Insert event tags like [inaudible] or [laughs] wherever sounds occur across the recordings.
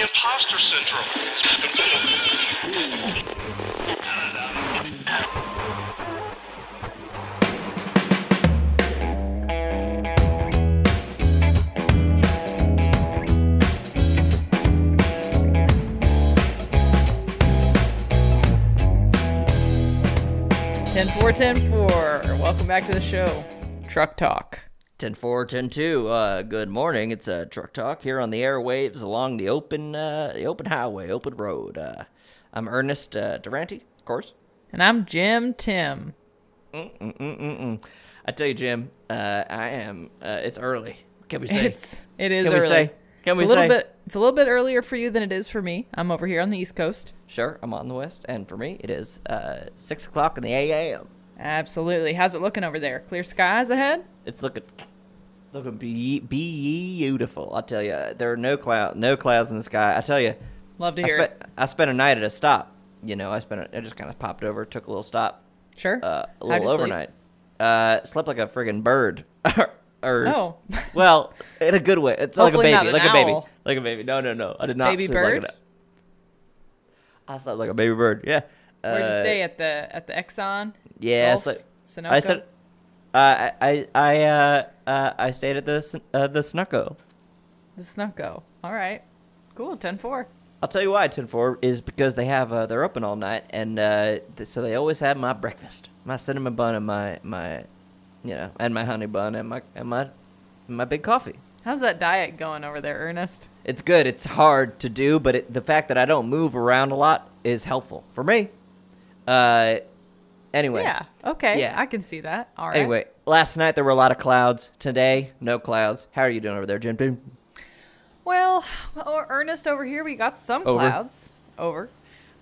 imposter syndrome. Ten four, ten four. Welcome back to the show. Truck Talk. 10 4, 10 2. Uh, good morning. It's uh, Truck Talk here on the airwaves along the open uh, the open highway, open road. Uh, I'm Ernest uh, Durante, of course. And I'm Jim Tim. I tell you, Jim, uh, I am. Uh, it's early. Can we say? It's it is Can we early. say? Can it's we a little say? bit it's a little bit earlier for you than it is for me. I'm over here on the East Coast. Sure, I'm on the west, and for me, it is uh, 6 o'clock in the a.m. Absolutely. How's it looking over there? Clear skies ahead? It's looking looking be- beautiful. I tell you, there are no cloud, no clouds in the sky. I tell you, Love to I, hear spent it. I spent a night at a stop. You know, I spent. A, I just kind of popped over, took a little stop, Sure. uh, a How'd little you sleep? overnight. Uh, slept like a friggin' bird. [laughs] or, Oh. [laughs] well, in a good way. It's like a Hopefully baby, not an like a baby, owl. like a baby. No, no, no. I did not Baby sleep bird? like an. I slept like a baby bird. Yeah. Where'd you Uh, stay at the at the Exxon? Yeah, I Gulf? slept- Sunoco? I said. Uh, I I I uh, uh, I stayed at the Sun- uh, the Snucko. the Snucko. All right. Cool. Ten four. I'll tell you why 10-4 is because they have uh, they're open all night and uh, th- so they always have my breakfast, my cinnamon bun and my my you know and my honey bun and my and my my big coffee. How's that diet going over there, Ernest? It's good. It's hard to do, but it, the fact that I don't move around a lot is helpful for me. Uh, anyway. Yeah. Okay. Yeah. I can see that. All right. Anyway, last night there were a lot of clouds. Today, no clouds. How are you doing over there, Jim? Boom. Well, or Ernest over here, we got some Over. clouds. Over.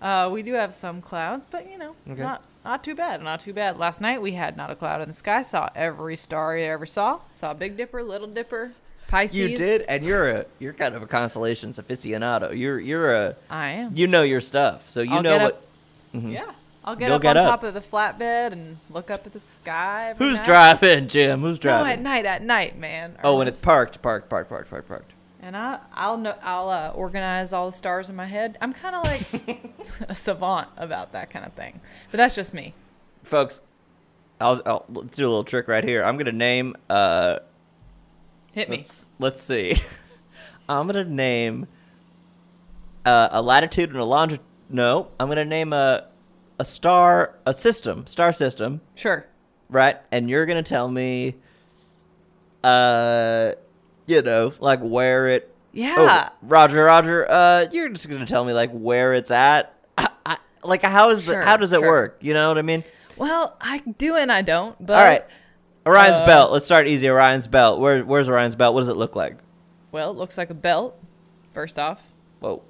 Uh, we do have some clouds, but you know, Okay. not not too bad. Not too bad. Last night we had not a cloud in the sky. Saw every star you ever saw. Saw Big Dipper, Little Dipper, Pisces. You did, and you're a you're kind of a constellation aficionado. You're you're a I am. you know your stuff, so you I'll know get what. Mm-hmm. up- Mm-hmm. Yeah. I'll get You'll up get on up. top of the flatbed and look up at the sky. every Who's night. driving, Jim? Who's No, at driving? night. At night, man. oh, when it's Ernest. parked, parked, parked, parked, parked, parked. And I, I'll know, I'll uh, organize all the stars in my head. I'm kind of [laughs] like a savant about that kind of thing, but that's just me. Folks, I'll, I'll let's do a little trick right here. I'm gonna name. Uh, Hit me. let's, let's see. [laughs] I'm gonna name uh, a latitude and a longitude. No, I'm gonna name a a star, a system, star system, Sure. right? And you're gonna tell me, uh, you know, like where it. Oh, Yeah. Roger, Roger. Uh, you're just gonna tell me like where it's at. I, I, like how is Sure, the, how does it sure. work? You know what I mean? Well, I do and I don't. But All right, Orion's uh, belt. Let's start easy. Orion's belt. Where where's Orion's belt? What does it look like? Well, it looks like a belt. First off, Whoa,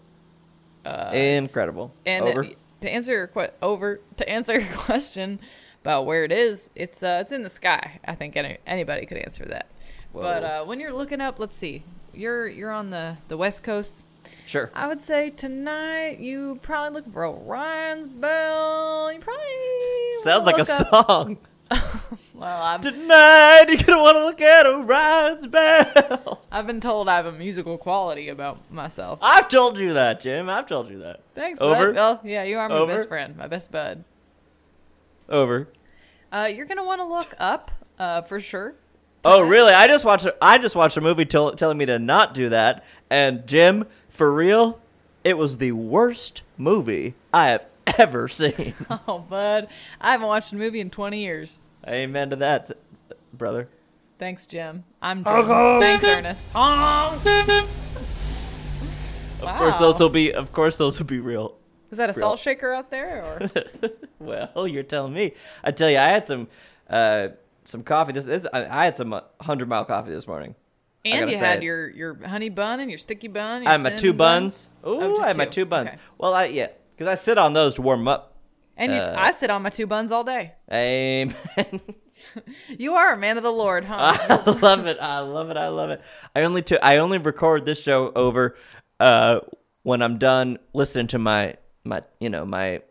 incredible. Uh, and Over. it- to answer your que- over to answer your [laughs] question about where it is, it's uh, it's in the sky. I think any, anybody could answer that. But Whoa. uh, when you're looking up, let's see. You're you're on the the west coast. sure. I would say tonight you probably look for Orion's bell. You probably Sounds wanna like a look up- song. [laughs] Well, I've, Tonight you're gonna want to look at Orion's belt. [laughs] I've been told I have a musical quality about myself. I've told you that, Jim. I've told you that. Thanks, Over. bud. Well, yeah, you are my Over. best friend, my best bud. Over. Uh, you're gonna want to look up uh, for sure. [laughs] Oh, really? I just watched. A, I just watched a movie tell telling me to not do that. And Jim, for real, it was the worst movie I have [laughs] [laughs] ever seen. Oh, bud, I haven't watched a movie in 20 years. Amen to that, s- brother. Thanks, Jim. I'm Jim. Thanks, Ernest. Of course, Wow. those will be. Of course, those will be real. Is that a Real. salt shaker out there? [laughs] Or Well, [laughs] you're telling me. I tell you, I had some, uh, some coffee. This, this I, I had some uh, hundred mile coffee this morning. I and gotta you say had it. your your honey bun and your sticky bun. Your I had my two cinnamon bun. buns. Oh, Ooh, just I had my two. two buns. Okay. Well, I yeah, because I sit on those to warm up. And you, s Uh, I I sit on my two buns all day. Amen. You are a man of the Lord, huh? [laughs] I love it. I love it. I love it. I only to I only record this show over uh when I'm done listening to my my you know my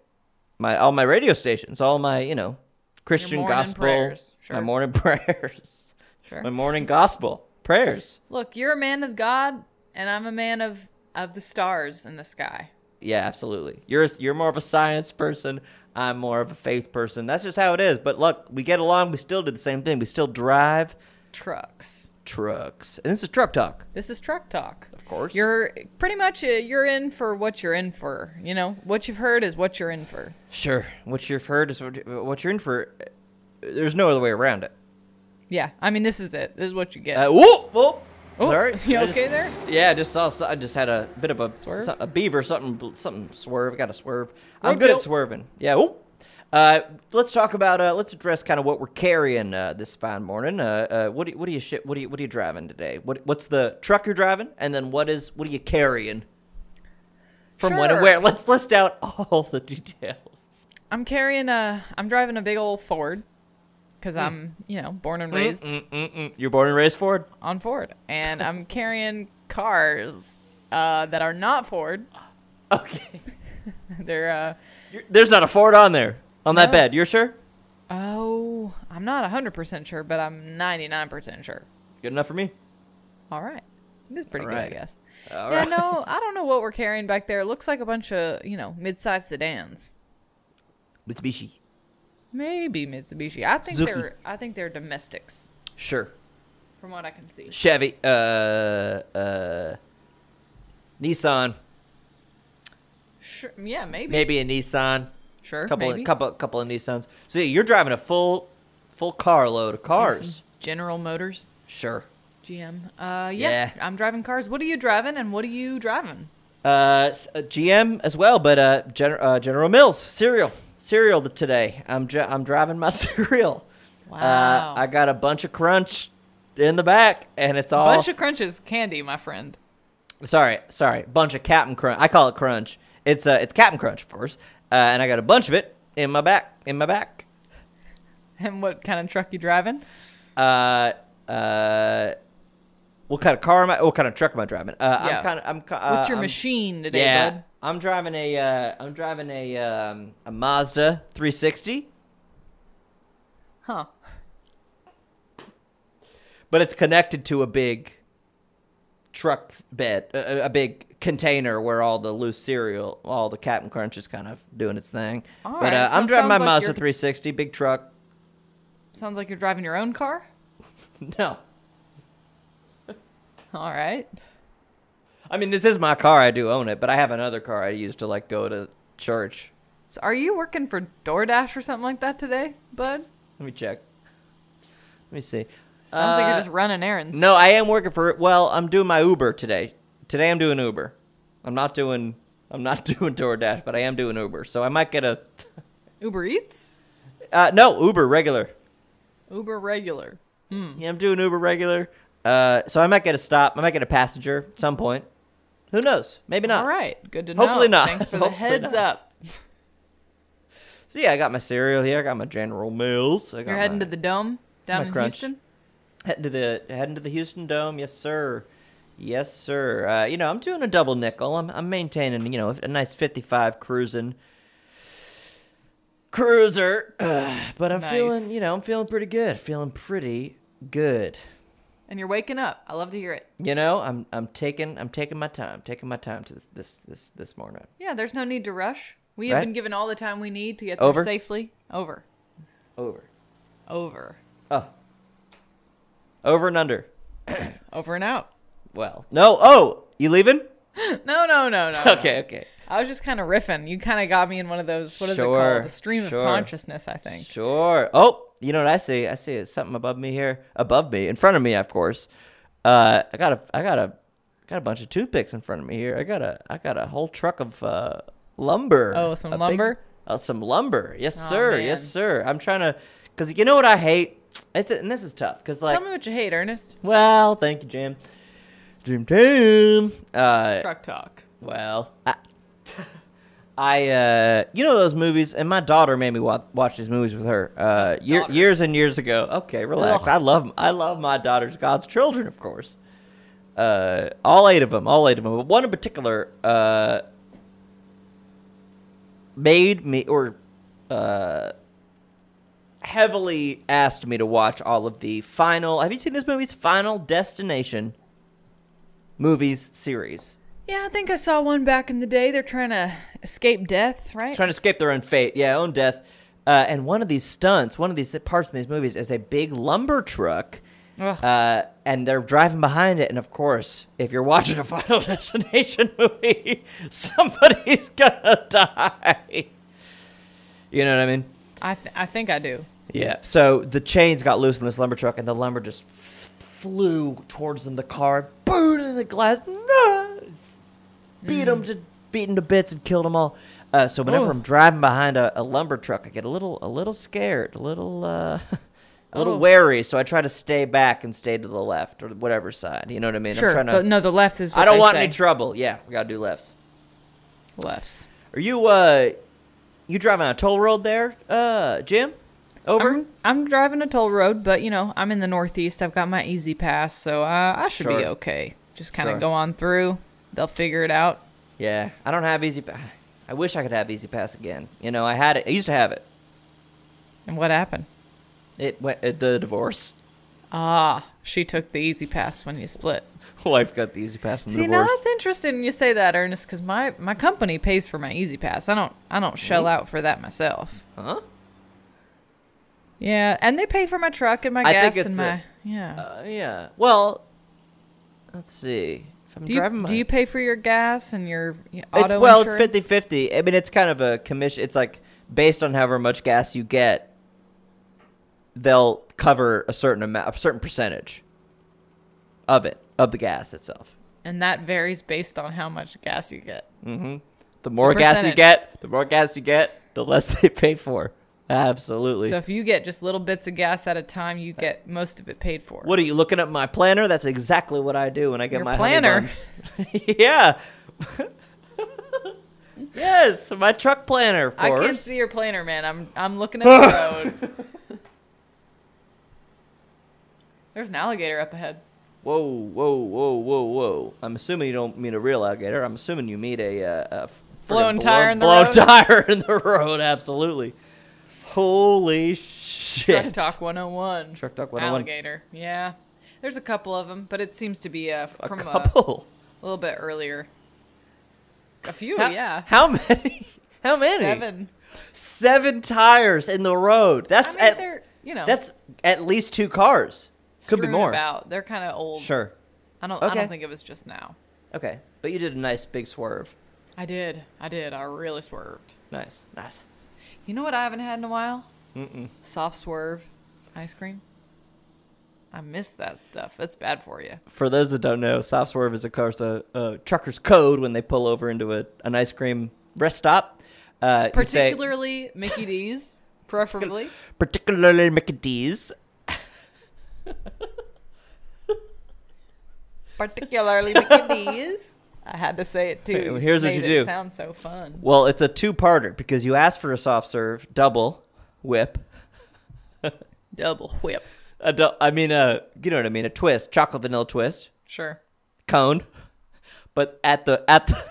my all my radio stations, all my you know Christian morning gospel, prayers, my sure. morning [laughs] prayers, Sure. my morning gospel prayers. Look, you're a man of God, and I'm a man of of the stars in the sky. Yeah, absolutely. You're a- you're more of a science person. I'm more of a faith person. That's just how it is. But look, we get along. We still do the same thing. We still drive Trucks. trucks, and this is truck talk. This is truck talk. Of course. You're pretty much uh, you're in for what you're in for. You know what you've heard is what you're in for. Sure. What you've heard is what what you're in for. There's no other way around it. Yeah, I mean this is it. This is what you get. Uh, whoop, whoop. Oh, Sorry. [laughs] you I okay just- there? Yeah, I just saw. so- I just had a bit of a Swerve? so- a beaver, something, bl- something swerve. Got to swerve. I'm Roadkill. good at swerving. Yeah. Ooh. Uh, let's talk about. Uh, let's address kind of what we're carrying uh, this fine morning. Uh, uh, what do you, what do you ship? What do you what are you driving today? What what's the truck you're driving? And then what is what are you carrying? From when and Sure. where? Let's list out all the [laughs] details. I'm carrying a. I'm driving a big old Ford, because Hmm. I'm you know born and raised Mm-mm-mm. You're born and raised Ford. on Ford, and I'm carrying cars uh, that are not Ford. Okay. [laughs] They're uh, You're- there's not a Ford on there on that No. bed. You're sure? oh, I'm not 100% sure, but I'm 99% sure. Good enough for me. All right, it is pretty All good, I right. guess. All yeah, right. no, I don't know what we're carrying back there. It looks like a bunch of you know mid-sized sedans. Mitsubishi. Maybe Mitsubishi. I think Zuki. they're I think they're domestics, Sure. from what I can see. Chevy. Uh. Uh. Nissan. Sure, yeah, maybe. Maybe a Nissan. Sure, Couple. maybe. Of, couple. Couple of Nissans. So yeah, you're driving a full, full carload of There's cars. some General Motors. Sure. GM. Uh, yeah, Yeah. I'm driving cars. What are you driving, and what are you driving? Uh, s- uh, GM as well, but uh, Gen- uh General Mills cereal. Cereal th- today. I'm dri- I'm driving my [laughs] cereal. Wow. Uh, I got a bunch of crunch in the back, and it's all Bunch of crunches, candy, my friend. [laughs] sorry, sorry, bunch of Captain Crunch. I call it Crunch. It's uh, it's Captain Crunch, of course. Uh, and I got a bunch of it in my back, in my back. And what kind of truck you driving? Uh, uh, what kind of car am I? What kind of truck am I driving? Uh, Yeah. I'm kind of. I'm. ki- Uh, What's your I'm- machine today, yeah, bud? I'm driving a. Uh, I'm driving a um, a Mazda 360, Huh? but it's connected to a big truck bed, a, a- a big container where all the loose cereal, all the Captain Crunch is kind of doing its thing. All but right, uh, so I'm it driving my sounds like Mazda you're- 360, big truck. [laughs] Sounds like you're driving your own car. No. All right. I mean, this is my car. I do own it, but I have another car I use to like go to church. So, are you working for DoorDash or something like that today, bud? Let me check. Let me see. Sounds like Uh, you're just running errands. No, I am working for. Well, I'm doing my Uber today. Today I'm doing Uber. I'm not doing. I'm not [laughs] doing DoorDash, but I am doing Uber. So I might get a. Uber Eats, Uh, no, Uber regular. Uber regular. Yeah, I'm doing Uber regular. Uh, so I might get a stop. I might get a passenger at some point. Who knows? Maybe not. All right. Good to know. Hopefully not. [laughs] Thanks for the Hopefully heads not. up. So yeah, I got my cereal here. I got my General Mills. I got You're heading to my- the dome down my in crunch. Houston. Heading to the heading to the Houston Dome, yes sir, yes sir. Uh, you know I'm doing a double nickel. I'm I'm maintaining you know a nice 55 cruising cruiser, [sighs] but I'm feeling Nice. you know I'm feeling pretty good, feeling pretty good. And you're waking up. I love to hear it. You know I'm I'm taking I'm taking my time, taking my time to this this this this morning. Yeah, there's no need to rush. We have Right? been given all the time we need to get there Over. safely. Over. Over, Over. oh, over and under. Over and out. [laughs] Well, no, oh, you leaving? No, no, no, no. no. Okay, okay, I was just kind of riffing. You kind of got me in one of those, what is it Sure, called? The stream sure. of consciousness, I think. Sure. Oh, you know what I see? I see something above me here, above me, in front of me, of course. Uh, I got a, I got a, got a bunch of toothpicks in front of me here. I got a, I got a whole truck of uh, lumber. Oh, some A big- lumber? uh, some lumber. Yes, Aw, sir. man. Yes, sir. I'm trying to, cause you know what I hate. It's and this is tough, cause like, Tell me what you hate, Ernest. well, thank you, Jim. Jim, Jim. Uh, Truck talk. well, I, I uh, you know those movies, and my daughter made me wa- watch these movies with her uh, year, Daughters. years and years ago. Okay, relax. Ugh. I love, I love my daughters, God's children, of course. Uh, all eight of them, all eight of them, but one in particular uh, made me or uh, heavily asked me to watch all of the final. Have you seen this movie's Final Destination movies series? Yeah, I think I saw one back in the day. They're trying to escape death, right? trying to escape their own fate. Yeah, own death. Uh, and one of these stunts, one of these parts in these movies, is a big lumber truck, Ugh. uh, and they're driving behind it. And of course, if you're watching a [laughs] Final Destination movie, [laughs] somebody's gonna [laughs] die. You know what I mean? I th- I think I do. Yeah. So the chains got loose in this lumber truck, and the lumber just f- flew towards them. The car booted in the glass, no! Mm. beat them to beat 'em to bits, and killed them all. Uh, so whenever Ooh. I'm driving behind a, a lumber truck, I get a little a little scared, a little uh, [laughs] a little Oh. wary. So I try to stay back and stay to the left or whatever side. You know what I mean? sure, I'm trying but to. no, the left is. What I don't they want say. any trouble. Yeah, we gotta do lefts. lefts. Are you uh, you driving on a toll road there, uh, Jim? Over. I'm, I'm driving a toll road, but you know I'm in the Northeast. I've got my Easy Pass, so uh, I should be Sure. okay. Just kind of Sure. go on through. They'll figure it out. Yeah, I don't have Easy Pass. I wish I could have Easy Pass again. You know, I had it. I used to have it. And what happened? It went at the divorce. [laughs] Ah, she took the Easy Pass when you split. Wife got the Easy Pass from the See, now divorce. that's interesting. You say that, Ernest, because my my company pays for my Easy Pass. I don't I don't shell Mm-hmm. out for that myself. Huh? Yeah, and they pay for my truck and my I think gas it's and a- my yeah. Uh, yeah. Well, let's see. If I'm do driving you my, do you pay for your gas and your y- auto it's well, insurance? it's 50-50. I mean, it's kind of a commission. It's like based on however much gas you get, they'll cover a certain amount, a certain percentage of it, of the gas itself. and that varies based on how much gas you get. The more gas you percentage. get, the more gas you get, the less [laughs] they pay for. Absolutely. So if you get just little bits of gas at a time, you get most of it paid for. what are you looking at my planner? That's exactly what I do when I get Your my honey planner? buns. [laughs] yeah. [laughs] yes, my truck planner, of [laughs] I course. can't see your planner, man. I'm I'm looking at [laughs] the road. There's an alligator up ahead. Whoa, whoa, whoa, whoa, whoa! I'm assuming you don't mean a real alligator. I'm assuming you mean a, uh, a f- Blown friggin' tire in the blown road? tire in the road. Absolutely. Holy shit! Truck Talk 101. Truck Talk 101. Alligator. Yeah. There's a couple of them, but it seems to be uh, A from uh, couple. a little bit earlier. A few, How- yeah. How many? [laughs] How many? Seven. Seven tires in the road. I That's mean, at, they're, you know, that's at least two cars. Could be strewn more. About. They're kind of old. Sure. I don't, I Okay. don't think it was just now. Okay, but you did a nice big swerve. I did. I did. I really swerved. Nice, nice. You know what I haven't had in a while? Mm-mm. Soft swerve ice cream. I miss that stuff. That's bad for you. For those that don't know, soft swerve is of course a, a trucker's code when they pull over into a, an ice cream rest stop. Uh, you say, Particularly Mickey [laughs] D's, preferably. particularly Mickey D's. particularly Mickey D's. I had to say it too. Hey, well, You here's what made you it do. Sounds so fun. Well, it's a two-parter because you asked for a soft serve double whip. Double whip. A du- I mean, uh, you know what I mean? A twist, chocolate vanilla twist. Sure. cone, but at the at the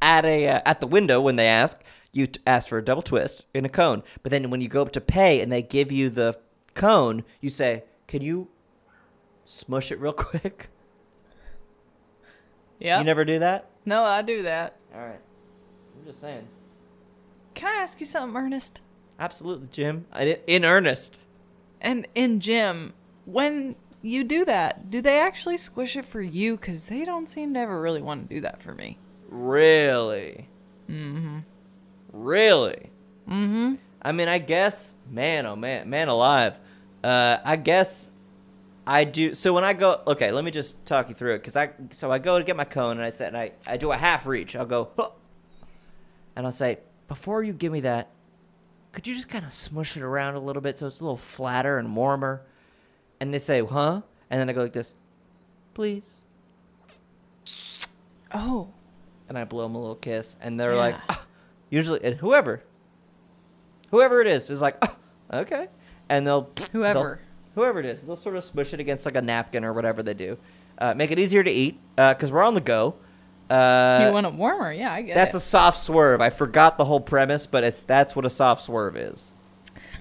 at a uh, at the window when they ask you t- ask for a double twist in a cone, but then when you go up to pay and they give you the cone, you say, "Can you smush it real [laughs] quick?" Yeah. You never do that. no, I do that. All right, I'm just saying. Can I ask you something, Ernest? Absolutely, Jim. I did, in earnest. And in gym, when you do that, do they actually squish it for you? Because they don't seem to ever really want to do that for me. Really. Mm-hmm. Really. Mm-hmm. I mean, I guess, man, oh man, man alive. Uh, I guess I do. So when I go, okay, let me just talk you through it, cause I, so I go to get my cone and I said, and I, I do a half reach. I'll go, huh, and I'll say, before you give me that, could you just kind of smush it around a little bit so it's a little flatter and warmer? And they say, huh? And then I go like this, please. Oh, and I blow them a little kiss, and they're Yeah. like, "Ah." usually, and whoever, whoever it is, is like, "Ah, okay, and they'll they'll- Whoever. whoever it is, they'll sort of smush it against like a napkin or whatever they do, uh, make it easier to eat because we're on the go. Uh, you want it warmer? Yeah, I get that's a it. soft swerve. I forgot the whole premise, but it's that's what a soft swerve is.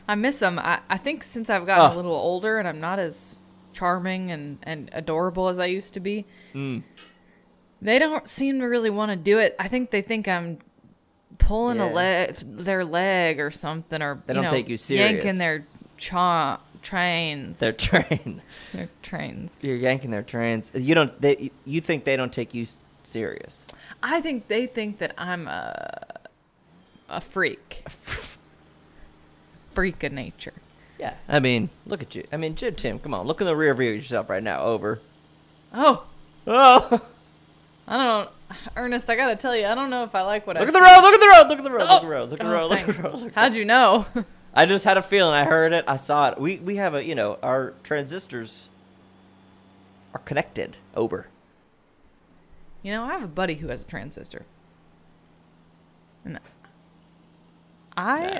I miss them. I, I think since I've gotten Oh. a little older Mm. and I'm not as charming and, and adorable as I used to be, They don't seem to really want to do it. I think they think I'm pulling a Yeah. leg, their leg or something, or They you don't know, take you serious. Yanking their cha trains. Their train. [laughs] their trains. You're yanking their trains. You don't. They. You think they don't take you s- serious? I think they think that I'm a a freak, freak of nature. Yeah. I mean, look at you. I mean, Jim, Tim, come on. Look in the rear view of yourself right now. Over. [laughs] Oh, Oh. I don't, Ernest. I gotta tell you, I don't know if I like what I Look at the road. Look at the road. Look at the road. Look at the road. Look at the Oh, road. Look at thanks. the road. Look at the road. How'd you know? [laughs] I just had a feeling. I heard it. I saw it. We we have a you know our transistors are connected. Over. [laughs] you know, I have a buddy who has a transistor. And I, Nah.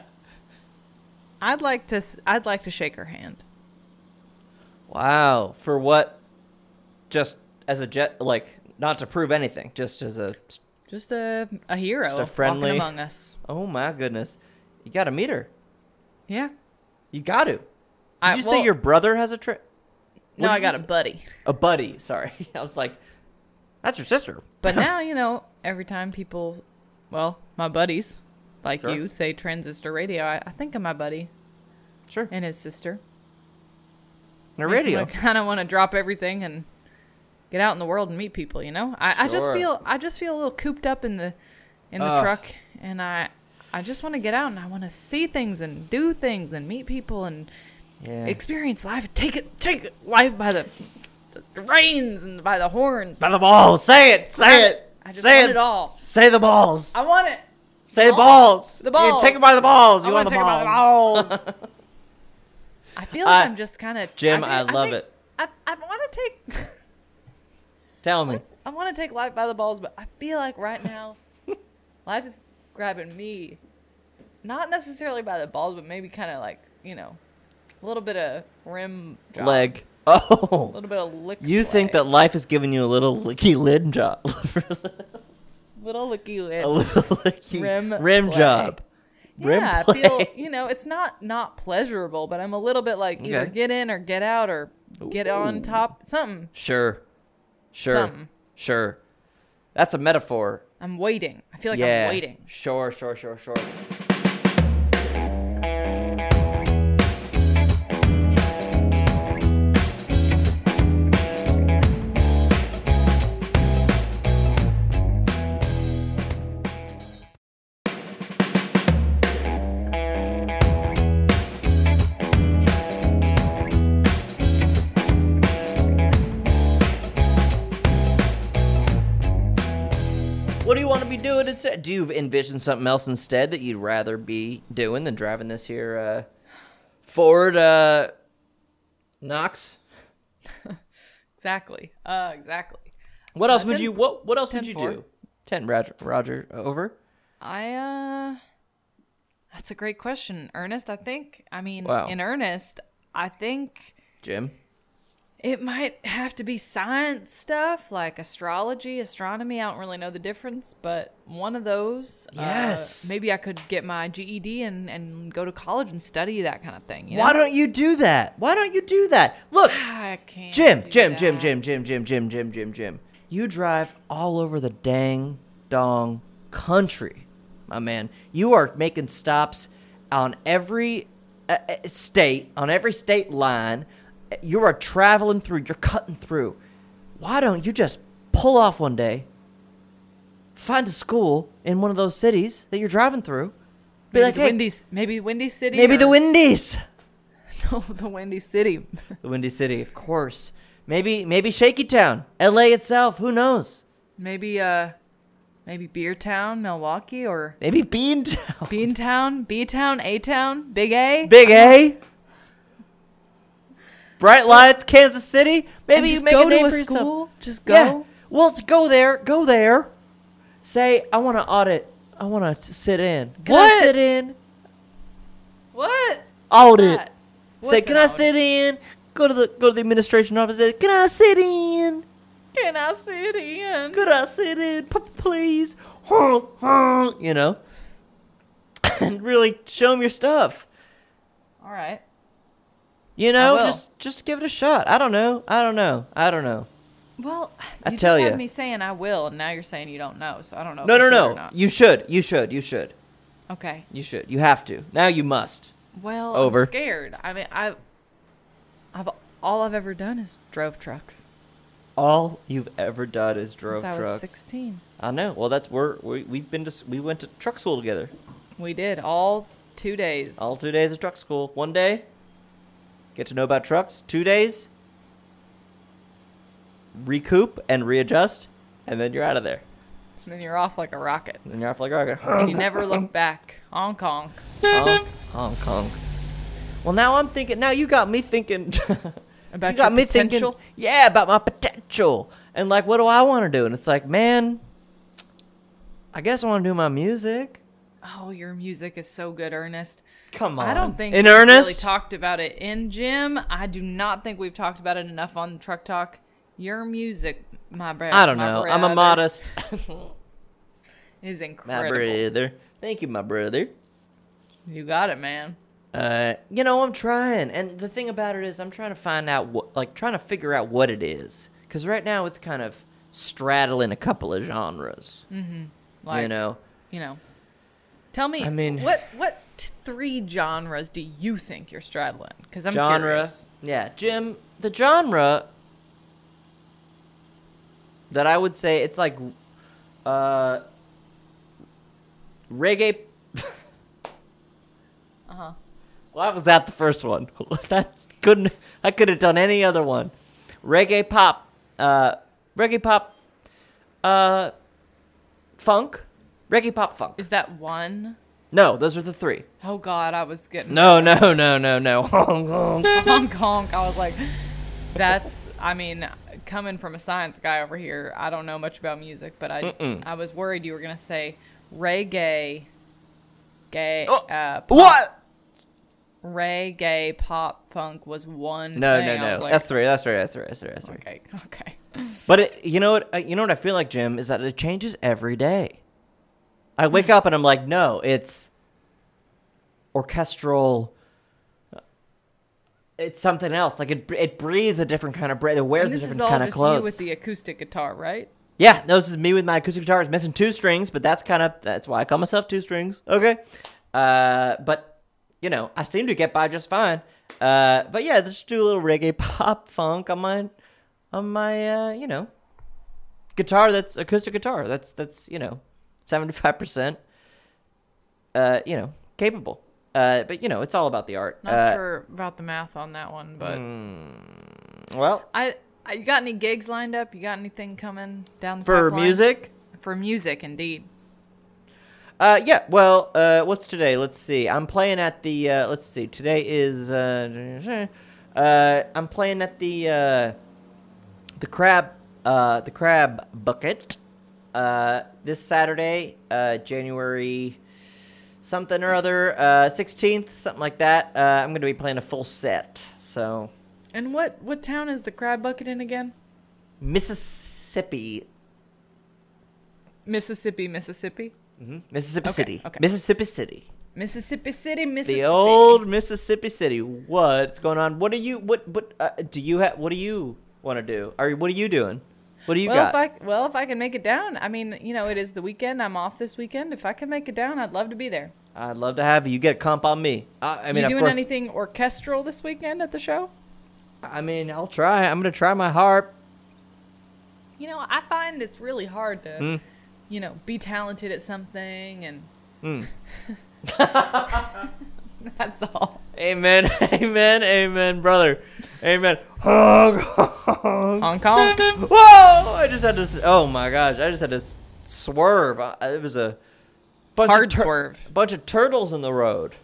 I'd like to, s- I'd like to shake her hand. Wow. For what? Just as a jet, like not to prove anything. Just as a. Just a a hero, Just a walking friendly- among us. Oh my goodness. You got to meet her. Yeah. You got to. Did I- you well- say your brother has a trip? No, What I did you got a say? buddy. A buddy. Sorry. [laughs] I was like, that's your sister. [laughs] But now, you know, every time people, well, my buddies, like Sure. you, say transistor radio, I, I think of my buddy Sure. and his sister. And a [laughs] radio. I kind of want to drop everything and get out in the world and meet people. You know, I, I just Sure. feel I just feel a little cooped up in the in the Ugh. truck, and I I just want to get out and I want to see things and do things and meet people and Yeah. experience life. Take it, take it, life by the, the reins and by the horns. By the balls. Say it. Say it. I just say want it all. Say the balls. I want it. say the balls. balls. The You take balls. it by the balls. I You want want the to take it by the balls. balls. I feel like I- I'm just kind of Jim, I love it. I, I want to take [laughs] [laughs] Tell me. I want to take life by the balls, but I feel like right [laughs] now life is grabbing me, not necessarily by the balls, but maybe kind of like you know, a little bit of rim job, Leg. a Oh. little bit of lick. You think that life is giving you a little licky lid job. [laughs] little licky lid? a little licky Rim rim, play. job. rim yeah, I play. feel you know it's not not pleasurable, but I'm a little bit like either Okay. get in or get out or get Ooh. on top something. [laughs] Sure. Sure. Something. Sure. That's a metaphor. I'm waiting. I feel like yeah. I'm waiting. Sure, sure, sure, sure. What do you want to be doing instead? Do you envision something else instead that you'd rather be doing than driving this here uh, Ford uh, Knox? Exactly. Uh, exactly. What else would Uh, ten- you what What else would ten you four. do? Ten Roger Roger over. I uh That's a great question, Ernest. I think I mean Wow. in earnest, I think Jim. it might have to be science stuff like astrology, astronomy. I don't really know the difference, but one of those. uh, Yes. maybe I could get my GED and and go to college and study that kind of thing. You Why know? don't you do that? Why don't you do that? Look, I can't. Jim, do Jim, Jim, that. Jim, Jim, Jim, Jim, Jim, Jim, Jim. You drive all over the dang dong country, my man. You are making stops on every uh, uh, state, on every state line. You are traveling through. You're cutting through. Why don't you just pull off one day? Find a school in one of those cities that you're driving through. Be Maybe like, the hey, Windy, maybe Windy City. maybe the or- Windies. No, [laughs] the Windy City. The Windy City, of course. Maybe maybe Shaky Town, L.A. itself. Who knows? maybe uh, maybe Beer Town, Milwaukee, or Maybe Bean Town, [laughs] Bean Town, B Town, A Town, Big A. Big A, bright lights, Kansas City. Maybe And you just make go a to name a for yourself. school? Just Yeah. go? Well, let's go there. Go there. Say I want to audit. I want to sit in. Can I What? sit in? What? Audit. That. Say What's can an I audit? sit in? Go to the go to the administration office. Say, can I sit in? Can I sit in? could I sit in, p- please? You know, [laughs] and really show them your stuff. All right. You know, will. just just give it a shot. I don't know. I don't know. I don't know. Well, I you tell just ya. had me saying I will, and now you're saying you don't know. So I don't know. No, if no, you should or no. not. You should. You should. You should. okay. You should. You have to. Now you must. Well, Over. I'm scared. I mean, I, I've all I've ever done is drove trucks All you've ever done is drove since I was trucks. 16. I know. Well, that's where we we've been to. s- We went to truck school together. We did all two days. All two days of truck school. One day, get to know about trucks. Two days, recoup and readjust, and then you're out of there. and then you're off like a [laughs] rocket. And then you're off like, okay, And you never look back. Hong Kong. [laughs] honk, honk, honk. Well, now I'm thinking. Now you got me thinking. [laughs] About you got your me potential? thinking. Yeah, about my potential. And like, what do I want to do? And it's like, man, I guess I want to do my music. Oh, your music is so good, Ernest. Come on. I don't think in we've earnest. really talked about it in gym. I do not think we've talked about it enough on Truck Talk. Your music, my brother. I don't know. I'm a modest. Is My incredible. brother. Thank you, my brother. You got it, man. Uh, you know, I'm trying, and the thing about it is, I'm trying to find out what, like, trying to figure out what it is, because right now it's kind of straddling a couple of genres. Like you know, you know. Tell me, I I mean- mean, what what t- three genres do you think you're straddling? Because I'm genre. curious. Yeah, Jim. The genre that I would say it's like, uh, reggae. [laughs] Uh huh. Well, that was that the first one. [laughs] that couldn't. I could have done any other one. Reggae pop, uh, reggae pop, uh, funk, reggae pop funk. Is that one? No, those are the three. Oh God, I was getting No, no, no, no, [laughs] no. [laughs] Hong Kong. I was like, that's. I mean, coming from a science guy over here, I don't know much about music, but I Mm-mm. I was worried you were gonna say reggae, gay, Oh, uh, pop, what? reggae, pop, funk was one. No, thing. no, I was no. like, That's three. That's three. That's three. That's three. That's three. okay. [laughs] Okay. But it, you know what? uh, You know what I feel like, Jim, is that it changes every day. I wake Hmm. up and I'm like, no, it's orchestral. uh, It's something else. Like it, it breathes a different kind of breath. It wears And a this different is all kind just of clothes. you with the acoustic guitar, right? yeah, no, this is me with my acoustic guitar. It's missing two strings, but that's kind of that's why I call myself two strings. Okay, uh, but you know, I seem to get by just fine. Uh, but yeah, just do a little reggae [laughs] pop funk on my on my uh, you know guitar that's acoustic guitar that's that's you know 75% uh you know capable uh but you know it's all about the art Not uh, Mm. sure about the math on that one, but well I, I. You got any gigs lined up? You got anything coming down the for pipeline? music For music, indeed. uh yeah well uh what's today let's see i'm playing at the uh let's see today is uh uh i'm playing at the uh the crab uh the crab bucket uh this saturday uh january something or other uh 16th something like that uh i'm gonna be playing a full set so And what what town is the crab bucket in again? mississippi Mississippi, Mississippi, hmm mississippi Okay, city okay. mississippi city Mississippi City, Mississippi. the old mississippi city what's going on what do you what what uh, do you have what do you want to do are you what are you doing what do you well, got if I well, if I can make it down, I mean, you know, it is the weekend. I'm off this weekend. If I can make it down, I'd love to be there. i'd love to have you you get a comp on me i, I mean you of doing course, anything orchestral this weekend at the show? i mean i'll try i'm gonna try my harp You know, I find it's really hard to, Mm. you know, be talented at something, and Mm. [laughs] that's all. Amen, [laughs] amen, amen, brother. Amen. Honk, honk. Hong Kong. Whoa! I just had to. s- Oh my gosh! I just had to s- swerve. I, it was a bunch Hard of tur- swerve. bunch of turtles in the road.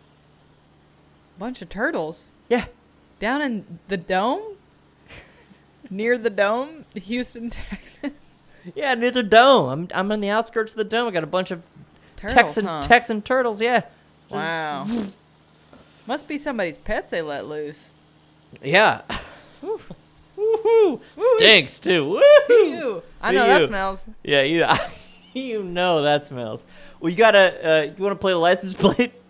Bunch of turtles Yeah. down in the dome, near the dome, Houston, [laughs] Texas. Yeah, near the dome. I'm I'm on the outskirts of the dome. I got a bunch of Turtles, Texan huh? Texan turtles. Yeah. Wow. [laughs] Must be somebody's pets they let [clears throat] loose. [laughs] Yeah. Woohoo! Stinks too. Woohoo! Ew. I Ew. know that smells. Yeah, you [laughs] you know that smells. Well, you gotta. Uh, you want to play the license plate? [laughs]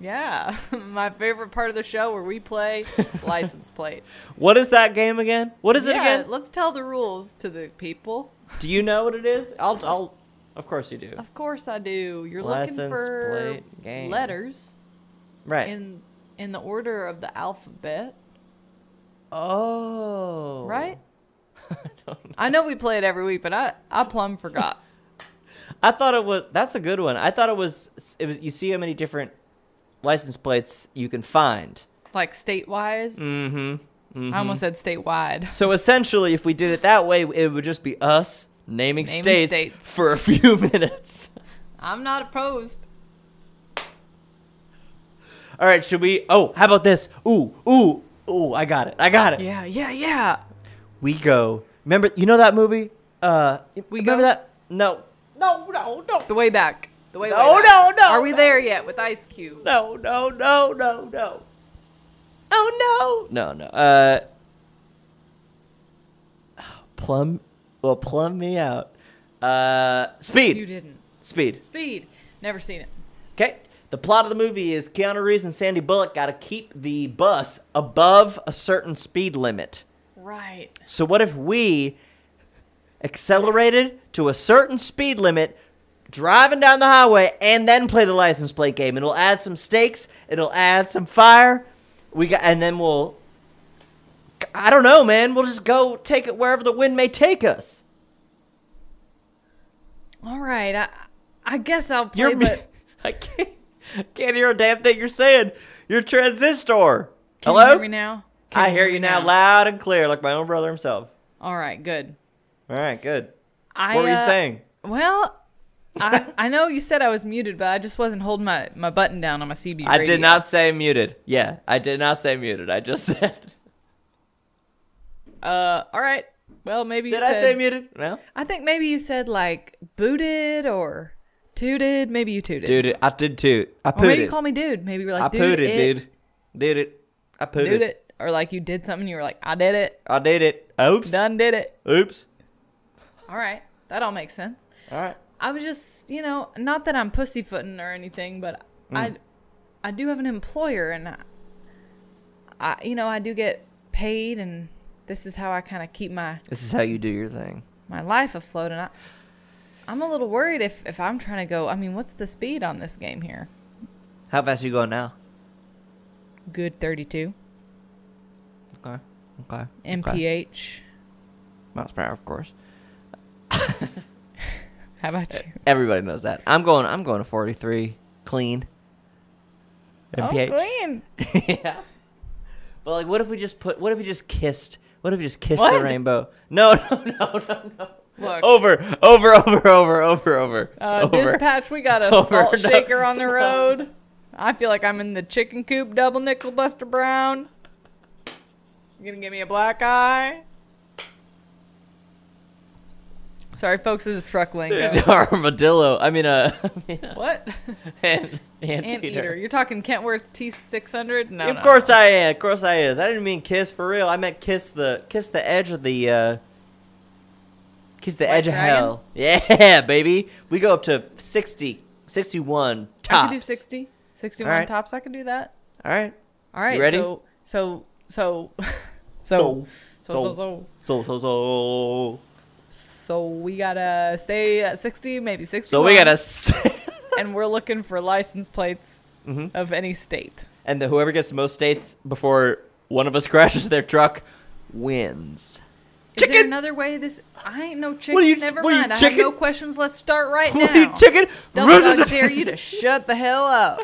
Yeah, [laughs] my favorite part of the show where we [laughs] play license plate. What is that game again? What is yeah, it again? Let's tell the rules to the people. Do you know what it is? I'll, I'll, of course you do. Of course I do. You're looking License for plate game. letters Right. in in the order of the alphabet, oh. right? [laughs] I don't know. I know we play it every week, but I I plumb [laughs] forgot. I thought it was. That's a good one. I thought it was. It was. You see how many different license plates you can find. like state wise, Mm-hmm. I almost said statewide. So essentially, if we did it that way, it would just be us naming, Naming states, states. for a [laughs] few minutes. I'm not opposed. All right, should we? Oh, how about this? Ooh, ooh, ooh! I got it. I got it. Yeah, yeah, yeah. We go. Remember, you know that movie? Uh, We remember Go? that? No, no, no, no, The way back. The way. No, way back. no, no, Are we no. there yet with Ice Cube? no, no, no, no, no. Oh no! No, no. Uh, [sighs] plum. Well, plum me out. Uh, You speed. didn't. Speed. Speed. Never seen it. Okay. The plot of the movie is Keanu Reeves and Sandy Bullock got to keep the bus above a certain speed limit. Right. So what if we accelerated to a certain speed limit, driving down the highway, and then play the license plate game? It'll add some stakes. It'll add some fire. We got, and then we'll. I don't know, man. We'll just go take it wherever the wind may take us. All right. I I guess I'll play. You're, but [laughs] I can't, can't hear a damn thing you're saying. Your transistor. can Hello. you hear me now? Can I hear me you now, loud and clear, like my own brother himself. All right. Good. All right, good. I, what were you uh, saying? [laughs] Well, I I know you said I was muted, but I just wasn't holding my, my button down on my CB. I did radio. not say muted. Yeah, I did not say muted. I just [laughs] said. Uh. All right. Well, maybe Did you said, I say muted? No. I think maybe you said like booted or tooted. Maybe you tooted. Dude, I did toot. I Or maybe pooted. you call me dude. Maybe we're like I dude, pooted, it, dude. Did it. I pooted. dude it, or like you did something. You were like, I did it, I did it. Oops. done did it. Oops. All right, that all makes sense. All right. I was just, you know, not that I'm pussyfooting or anything, but I, I do have an employer, and I, I, you know, I do get paid, and this is how I kind of keep my This is how you do your thing. my life afloat. And I, I'm a little worried if if I'm trying to go. I mean, what's the speed on this game here? How fast you going now? Good 32 Okay. Okay. mph. Okay. Miles per hour, of course. How about you? Everybody knows that. I'm going. I'm going to 43 clean. MPH. Oh, clean. yeah. But like, what if we just put? What if we just kissed? What if we just kissed What? the rainbow? No, no, [laughs] no, no, no. Look. Over, over, over, over, over, over. Uh, over. [laughs] dispatch, we got a Over. salt No. shaker on the No. road. I feel like I'm in the chicken coop double nickel buster brown. You gonna give me a black eye? Sorry, folks, this is truck lingo. Armadillo. I mean, uh, [laughs] what? and, and, Anteater. eater. You're talking Kentworth T600? No. of no, course no. I am. Of course I is. I didn't mean kiss for real. I meant kiss the kiss the edge of the uh kiss the White edge dragon? of hell. Yeah, [laughs] baby. We go up to 60, 61 tops. I could do 60, 61 All right. tops. I could do that. All right. All right. ready? So, so, so, so, so, so, so. so, So so so. so we gotta stay at 60, maybe 60. So we gotta. St- [laughs] and we're looking for license plates Mhm. of any state. and the, whoever gets the most states before one of us [laughs] crashes their truck wins. Is there Chicken! another way this? I ain't no chicken. are you- Never what are you, mind. I chicken? have no questions. Let's start right now. [laughs] What are you, chicken? Double dog dare [laughs] you to shut the hell up.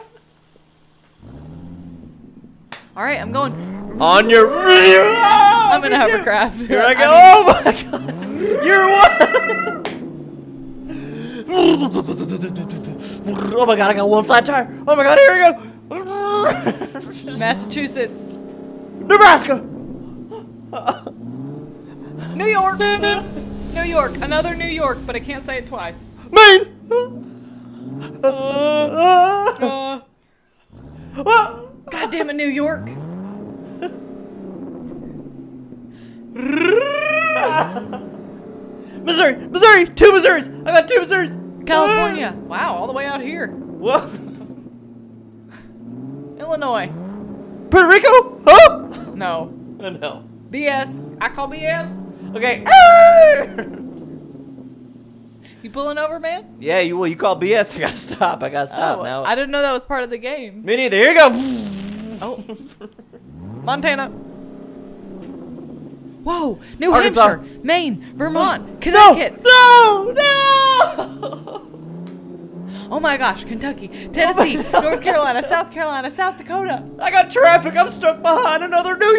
All right, I'm going. On your. I'm I'm in a hovercraft. Here I go. mean, oh my god. You're one. Oh my god, I got one flat tire. Oh my god, here we go. [laughs] Massachusetts, Nebraska. New York, New York, another New York, but I can't say it twice. [laughs] Maine. [laughs] Uh, uh, God damn it, New York. [laughs] Missouri, Missouri, two Missouris. I got two Missouris. [laughs] California. Wow, all the way out here. Whoa. Illinois. Puerto Rico? [laughs] Huh? No. Oh, no. BS. I call BS. Okay. You pulling over, man? [laughs] yeah, you well, you call BS. I gotta stop. I gotta stop oh, Ah, now. I didn't know that was part of the [laughs] game. Me neither. Here you go. Oh. Montana. Whoa. New Arkansas. Hampshire. Maine. Vermont. No. [laughs] Connecticut. No. No. Oh my gosh. Kentucky. Oh Tennessee. North Carolina. South Carolina. South Dakota. I got traffic. I'm stuck behind another New York. [laughs]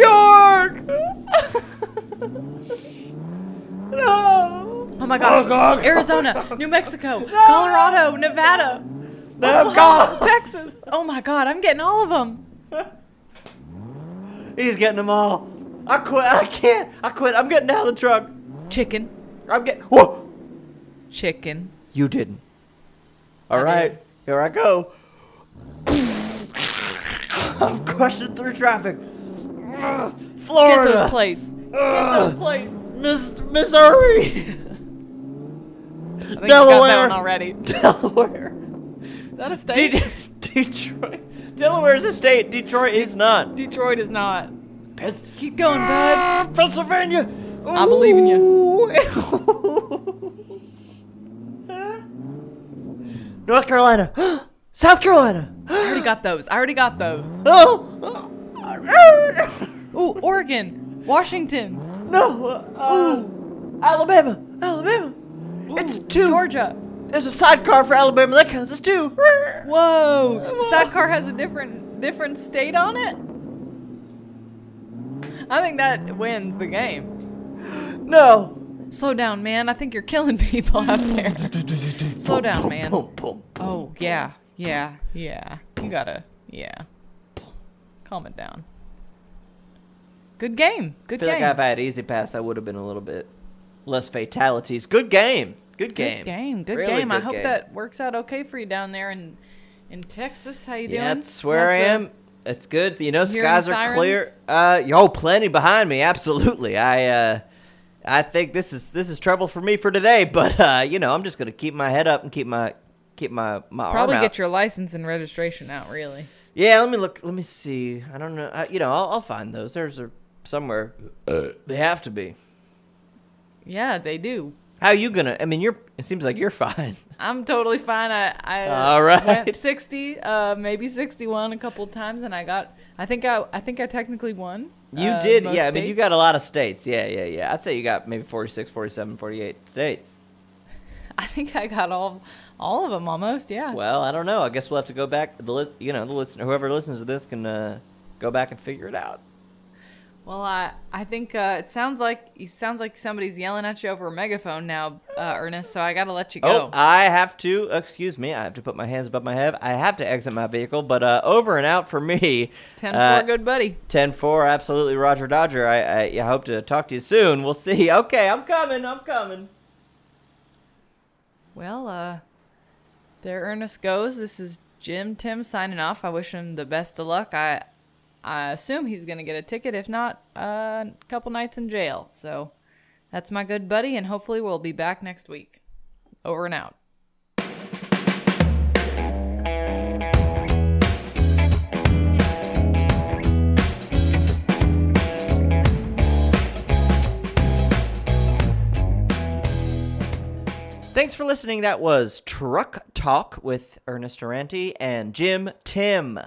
no. Oh my gosh. Oh, God. [laughs] Arizona. New Mexico. Colorado. Nevada. No, [laughs] Oklahoma, God. Texas. Oh my god. I'm getting all of them. He's getting them all. I quit. I can't. I quit. I'm getting out of the truck. Chicken. I'm getting. Whoa. Chicken. You didn't. All I right, did. here I go. I'm crushing through traffic. Ugh, Get Florida, those plates. Get those Ugh, plates. Miss- Missouri, I think you got that Delaware. one already. Is Delaware, [laughs] that a state? De- Detroit. Delaware is a state. Detroit is not. Detroit is not. Pens- Keep going, bud. Ah, Pennsylvania. I believe in you. you. [laughs] North Carolina, [gasps] South Carolina. [gasps] I already got those. I already got those. Oh! [gasps] Ooh, Oregon, Washington, no! Uh, Alabama! Alabama! it's two! Georgia. There's a sidecar for Alabama, that counts as two! Whoa! Sidecar has a different different state on it. I think that wins the game. No! Slow down, man. I think you're killing [laughs] people out there. Slow down, man. Boom, boom, boom. Oh yeah, yeah, yeah. You gotta, yeah. Calm it down. Good game. Good I feel game. like if I had easy pass, that would have been a little bit less fatalities. Good game! Good game. Good game. Good Really game. I good hope that works out okay for you down there in in Texas. How you doing? Yeah, that's where I How's the- am. It's good. You know, Hearing skies are clear. Uh, yo, plenty behind me. Absolutely. I, uh, I think this is this is trouble for me for today. But uh, you know, I'm just gonna keep my head up and keep my keep my my Probably arm out. get your license and registration out, really. yeah. Let me look. Let me see. I don't know. I, you know, I'll, I'll find those. There's are somewhere. they have to be. Yeah, they do. How you gonna? I mean, you're. It seems like you're [laughs] fine. I'm totally fine. I, I uh, All right. went 60, uh, maybe 61 a couple of times, and I got. I think I, I think I technically won. You uh, did. most Yeah. I mean, you states. got a lot of states. Yeah. Yeah. Yeah. I'd say you got maybe 46, 47, 48 states. [laughs] I think I got all, all of them almost. Yeah. Well, I don't know. I guess we'll have to go back. The list, you know, the listener, whoever listens to this, can uh, go back and figure it out. Well, I I think uh, it sounds like it sounds like somebody's yelling at you over a megaphone now, uh, Ernest. So I gotta let you Oh, go. I have to. Excuse me. I have to put my hands above my head. I have to exit my vehicle. But uh, over and out for me. [laughs] Ten four, uh, good buddy. Ten four. Absolutely, Roger Dodger. I, I I hope to talk to you soon. We'll see. [laughs] Okay, I'm coming. I'm coming. Well, uh, there Ernest goes. This is Jim Tim signing off. I wish him the best of luck. I I assume he's gonna get a ticket. If not, uh, a couple nights in jail. So that's my good buddy, and hopefully we'll be back next week. Over and out. Thanks for listening. That was Truck Talk with Ernest Durante and Jim Tim.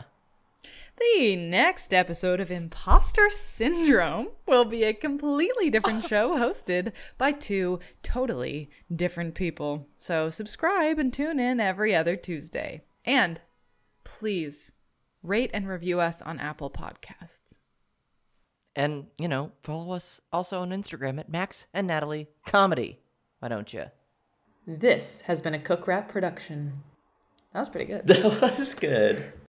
The next episode of Imposter Syndrome will be a completely different show hosted by two totally different people. So subscribe and tune in every other Tuesday. And please rate and review us on Apple Podcasts. And, you know, follow us also on Instagram at Max and Natalie Comedy. Why don't you? This has been a Cook Rap production. [laughs] That was pretty good. That was good.